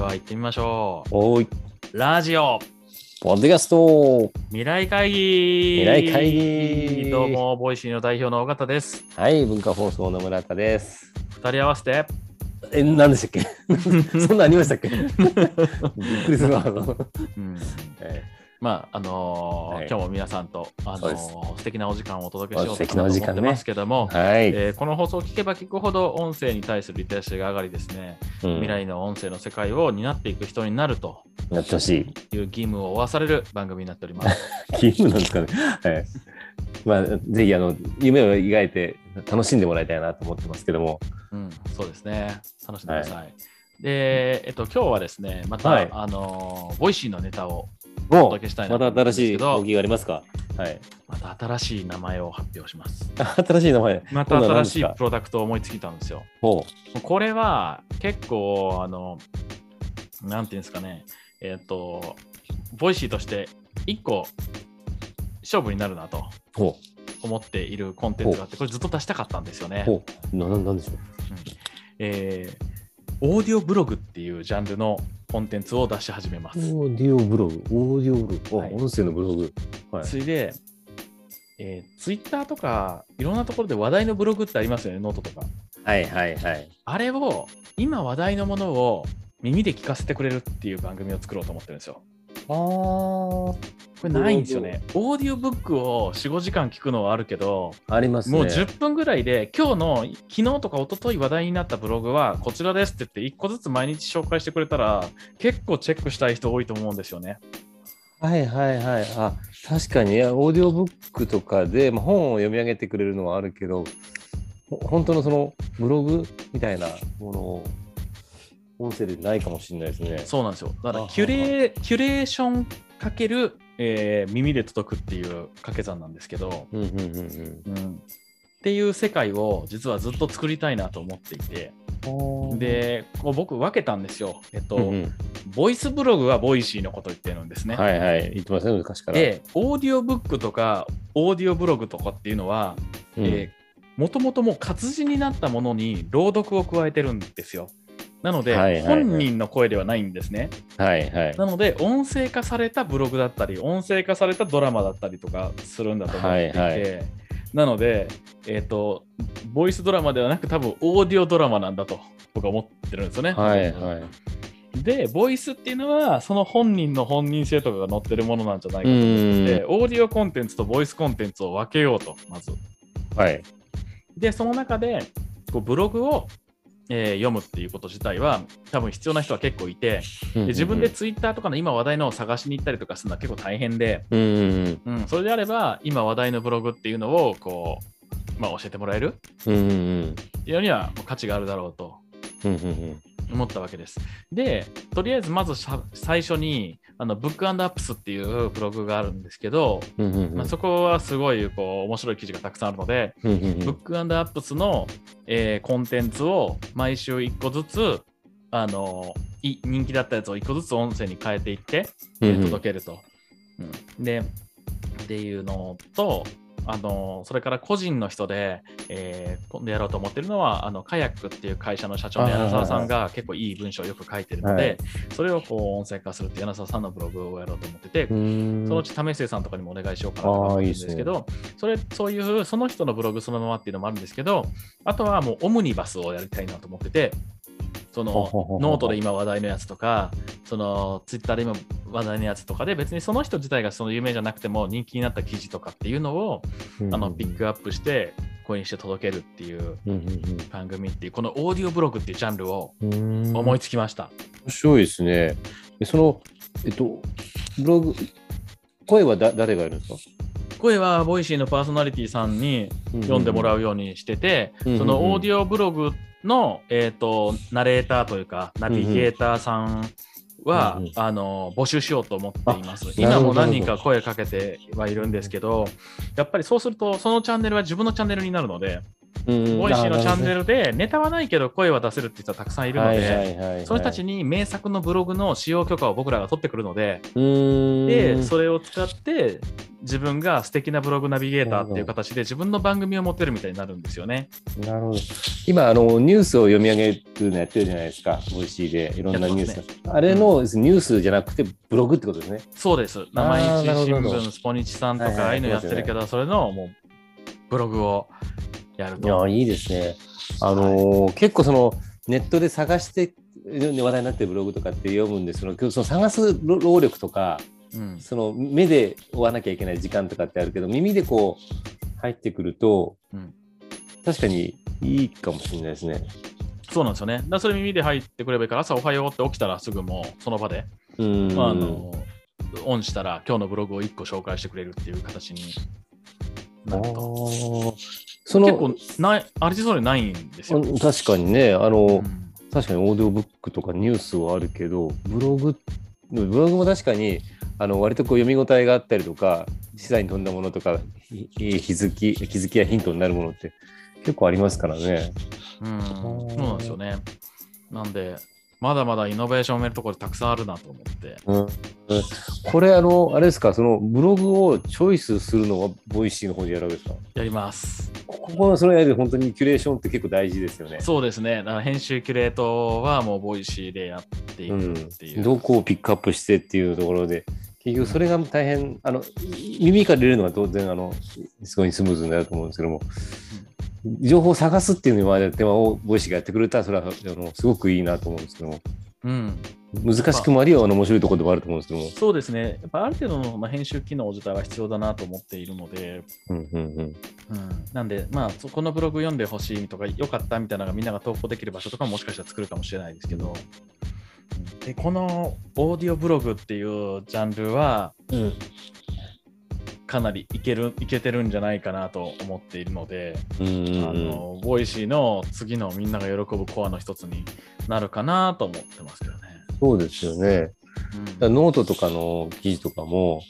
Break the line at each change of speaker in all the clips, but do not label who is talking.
は行ってみましょ
おーい、
う。ラジオ
ポッドキャスト
未来会議
未来会議
どうも、ボイシーの代表の尾形です。
はい、文化放送の村田です。
二人合わせて、
え、何でしたっ けそんなんありましたっけびっくりするな。
うん
え
まあ、あのー
はい
今日も皆さんと、あ
そう
の
で
ー素敵なお時間をお届けしよう
素
と
敵
思
なお
っ
時
て
間ね
ますけども、
はい、
えーこの放送を聞けば聞くほど音声に対するリテラシーが上がりですね、
うん
未来の音声の世界を担っていく人になると
やってほしい。
いう義務を負わされる番組になっております。
義務なんですかね。はい。まあ、ぜひ、あの、夢を描いて楽しんでもらいたいなと思ってますけども。
うん、そうですね。楽しんでください。で、えっと、今日はですね、また、
はい
あのー、ボイシーのネタをお
も
届けしたいな
ま
と
た
思うんで
新
す
し
け
い
ど
動きがありますか はい。
また新しい名前を発表します。
新しい名前。
また新しい
今度は何ですか
プロダクトを思いつきたんですよ。
ほ
これは結構、あの、なんていうんですかね、えっと、ボイシーとして一個勝負になるなと
う。ほ
思っているコンテンツがあって、これずっと出したかったんですよね
う。。ほう。な、ななんでしょう。
えーオーディオブログっていうジャンルのコンテンツを出し始めます。
オーディオブログ、オーディオブログ、お
はい
音声のブログ。はい。
それで、えー、ツイッターとかいろんなところで話題のブログってありますよね、ノートとか。
はいはいはい。
あれを今話題のものを耳で聞かせてくれるっていう番組を作ろうと思ってるんですよ。
あー
これないんですよね。オーディオブックを4、5時間聞くのはあるけど、
ありますね。
もう10分ぐらいで、今日の昨日とか一昨日話題になったブログはこちらですって言って、1個ずつ毎日紹介してくれたら、結構チェックしたい人多いと思うんですよね。
はいはいはい。あ確かにいやオーディオブックとかで、まあ、本を読み上げてくれるのはあるけどほ本当のそのブログみたいなものを音声でないかもしれないですね。
そうなんですよ。だか
あは
ら
は
キュレーキュレーションかける、えー耳で届くっていう掛け算なんですけど、
うんうんうんうん
っていう世界を実はずっと作りたいなと思っていて、
ほー。
でこう僕分けたんですよ。えっと、
うんうん
ボイスブログはボイシーのこと言ってるんですね。
はいはい言ってますね昔から。
でオーディオブックとかオーディオブログとかっていうのは、
うん
えーもともともう活字になったものに朗読を加えてるんですよ。なので、
はいはいはい
本人の声ではないんですね。
はいはい。
なので音声化されたブログだったり音声化されたドラマだったりとかするんだと思っていて、
はい
なので、えっとボイスドラマではなく多分オーディオドラマなんだと僕は思ってるんですよね。
はいはい。
でボイスっていうのはその本人の本人性とかが載ってるものなんじゃないか
う
と思って、
ん。
オーディオコンテンツとボイスコンテンツを分けようとまず。
はい。
でその中でこうブログを、えー読むっていうこと自体は多分必要な人は結構いて。で自分でツイッターとかの今話題のを探しに行ったりとかするのは結構大変で、
うんうん
うん、それであれば今話題のブログっていうのをこう、まあ、教えてもらえる
うんうんうん
っていうのにはもう価値があるだろうと
うんうんうん
思ったわけです。でとりあえずまずさ最初にあのブックアップスっていうブログがあるんですけど、
うんうんうん
まあ、そこはすごいこう面白い記事がたくさんあるので、
うんうんうん
ブックアップスの、えーコンテンツを毎週1個ずつあのい人気だったやつを1個ずつ音声に変えていってえー届けると。うんでっていうのとあのそれから個人の人で、えー今度やろうと思ってるのはあのカヤックっていう会社の社長の
はいはいは
柳沢
い
さんが結構いい文章をよく書いてるので、
はい
それをこう音声化するっていう柳沢さんのブログをやろうと思ってて、
うーん
そのうち為末さんとかにもお願いしようかなとか思ってるんですけど
あ
それそういうその人のブログそのままっていうのもあるんですけどあとはもうオムニバスをやりたいなと思っててその
ほほほほ
ノートで今話題のやつとかそのツイッターで今話題のやつとかで別にその人自体がその有名じゃなくても人気になった記事とかっていうのをあのピックアップしてこれにして届けるっていう
うんうんうん
番組っていうこのオーディオブログっていうジャンルを
うーん
思いつきました。
面白いですね。えその、えっと、ブログ、声はだ誰がやるんですか
声はボイシーのパーソナリティさんに読んでもら
う。
うようにしてて、
うんうんうん
そのオーディオブログの、えー、とナレーターというかナビゲーターさんは、
うんうん
あの募集しようと思っています
なる
今
ほど
も何人か声かけてはいるんですけどやっぱりそうするとそのチャンネルは自分のチャンネルになるので
うん
ボイシーのチャンネ
ル
ルで、ネタはないけど声は出せるって人はたくさんいるので、その人たち
に、
に名作のブログの使用許可を僕らが取ってくるので、
うん
で、それを使って、自分が素敵なブログナビゲーターっていう形で自分の番組を持ってるみたいになるんですよね。
なるほど。今、あの、ニュースを読み上げるのやってるじゃないですか。ボイシーで、いろんなニュース
や
が。あれの、ニュースじゃなくて、ブログってことですね。
そうです。毎日
なるほ
新
どなるほ
聞、
ど
スポニチさんと
はいは
か、
い
ああいうのやってるけど、それのもうブログをやる
い
と。
や、いいですね。あのー結構その、ネットで探して、ね話題になってるブログとかって読むんですけど、今日その探す労労力とか、
うん
その目で追わなきゃいけない時間とかってあるけど、耳でこう、入ってくると、
うん
確かにいいかもしれないですね。
そうなんですよね。だからそれ耳で入ってくればいいから、朝おはようって起きたらすぐもうその場で、
うん。
まあ、あのオンしたら今日のブログを1個紹介してくれるっていう形になると。
あーその
結構ない、あれそうにないんですよ。
うん確かにね、あの、
うん
確かにオーディオブックとかニュースはあるけど、ブログ、ブログも確かに、あの割とこう読み応えがあったりとか、資材に飛んだものとか、ひひ日付気づきやヒントになるものって結構ありますからね。
うん、そうなんですよね。なんで、まだまだイノベーションを埋めるところたくさんあるなと思って。
うん、これ、あの、あれですか、そのブログをチョイスするのは、ボイシーの方でやるわけですか
やります。
こここのそのやで本当にキュレーションって結構大事ですよね。
そうですね。だから編集キュレートはもうボイシーでやっていくっていう。
どこをピックアップしてっていうところで、結局それが大変、あの耳から入れるのは当然あの、すごいスムーズになると思うんですけども、情報を探すっていうのは手間をボイシーがやってくれたら、それはあのすごくいいなと思うんですけども、
うん、
難しくもありはあの面白いところでもあると思うんですけども。
そうですね。やっぱある程度のまあ編集機能自体は必要だなと思っているので、
うんうんうん
うん、なんで、まあ、そこのブログ読んでほしいとか、よかったみたいなのがみんなが投稿できる場所とかももしかしたら作るかもしれないですけど、うんでこのオーディオブログっていうジャンルは、かなりいけるいけてるんじゃないかなと思っているので、
うんうん
あ
うん
のボイシーの次のみんなが喜ぶコアの一つになるかなと思ってますけどね。
そうですよね。だか
う
ら
ん
ノートとかの記事とかも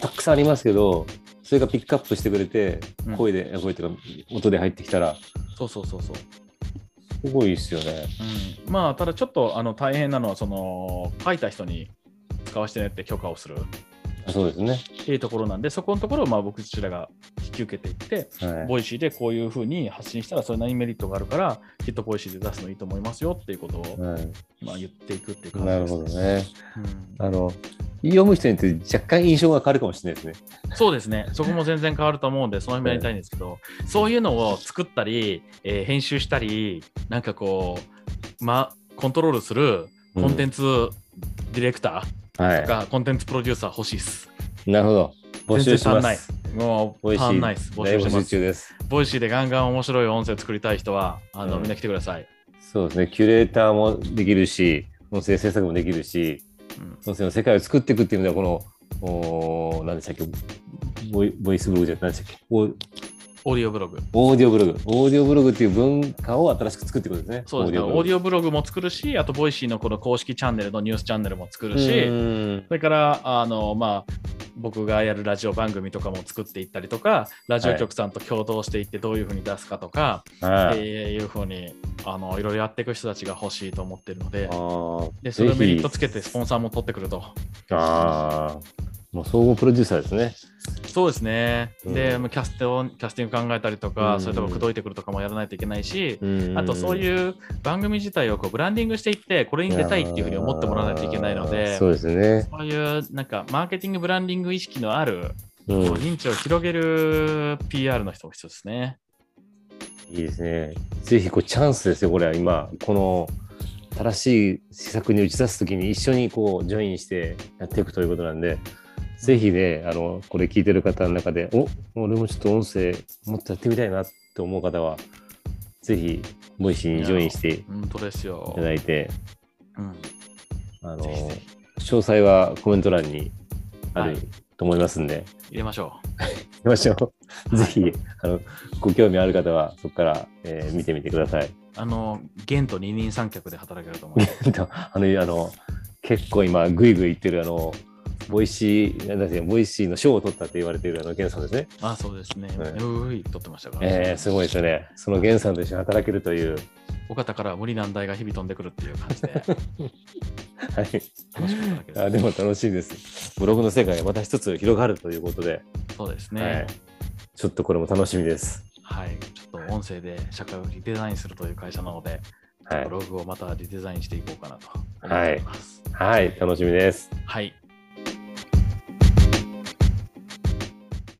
たくさんありますけど、それがピックアップしてくれて
うん、
声で、声というか音で入ってきたら、
そうそうそうそう。
すごいですよね。
うん、まあただちょっとあの大変なのはその書いた人に使わせてねって許可をする
そうですね。
っていうところなんでそこのところをまあ僕自らが引き受けていって
はい
ボイシーでこういうふうに発信したらそれなりにメリットがあるからきっとボイシーで出すのいいと思いますよっていうことを
はい
まあ言っていくっていう感じ
なる
です、
ほどね。
うん
あの読む人によって若干印象が変わるかもしれないですね。
そうですね、そこも全然変わると思うんで、その辺もやりたいんですけど、そういうのを作ったり、えー編集したり、なんかこう、ま、コントロールするコンテンツディレクターと
は
か、コンテンツプロデューサー欲しいっす。
い。なるほど。募集し
全然足ん
ま
ない
す。。
もう、
美味し
足
い。
んないっす。募
大
集して
募
ま
集中
す。
です。
ボイシーでガンガン面白い音声作りたい人は、あの、
うん
みんな来てください。
そうですね。キュレーターもできるし、音声制作もできるし、
うん
音声の世界を作っていくっていう意味では、この、おー何でしたっけボイボイスブログじゃなくて何でしたっけオー
オーディオブログ。
オーディオブログ。オーディオブログっていう文化を新しく作っていくことですね。
そうですね。オーデ
ィ
ィオブログも作るし、あと、ボイシーのこの公式チャンネルのニュースチャンネルも作るし、
うん
それから、あの、まあ、僕がやるラジオ番組とかも作っていったりとか、ラジオ局さんと共同していってどういうふうに出すかとか、
はい
い、えーいうふうに、あの、いろいろやっていく人たちが欲しいと思ってるので
あ、ー
で、それを
ぜひ
メリットつけてスポンサーも取ってくると。
ああ、もう総合プロデューサーですね。
そうですね。で、
うん
もうキャストキャスティング考えたりとか、
うん
それとか口説いてくるとかもやらないといけないし、
うん
あとそう
う
いう番組自体をこうブランディングしていって、これに出たいっていうふうに思ってもらわないといけないの
あー
で、
そうですね。
そういうなんかマーケティングブランディング意識のある
うん、い
認知を広げる PR の人も必要ですね。
いですね。ぜひこうチャンスですよ、これは今、この正しい施策に打ち出すときに一緒にこうジョインしてやっていくということなんで、ぜひね、あのこれ聞いてる方の中で、お俺もちょっと音声もっとやってみたいなって思う方は、ぜひ、ボイシーにジョインしてい
本当ですよ
た。だいて、
うん、
あの
ぜひぜ
詳細はコメント欄にあ
は
ると思いますんで。
入れましょ
行きましょう。ぜひ、あの、ご興味ある方は、そこから、えー見てみてください。
う。あの、ゲンと二 人三脚で働けると思う。
あの、あの、結構今、ぐいぐい行ってる、あの、ボイシー、なんだっけ、ボイシーの賞を取ったって言われているあの、ゲンさんですね。
あそうですね。
はいう
い、撮ってましたから。
えー、すごいですよね。そのゲンさんと一緒に働けるという。
尾形から無理難題が日々飛んでくるっていう感 じで、
はい。
楽しかっただけです
あでも楽しいです。ブログの世界がまた一つ広がるということで、
そうですね。
はいちょっとこれも楽しみです。
はい、ちょっと音声で社会をリデザインするという会社なので、
はい
ブ。ログをまたリデザインしていこうかなと思
は
っ
い
ています。
はい、楽しみです。
はい、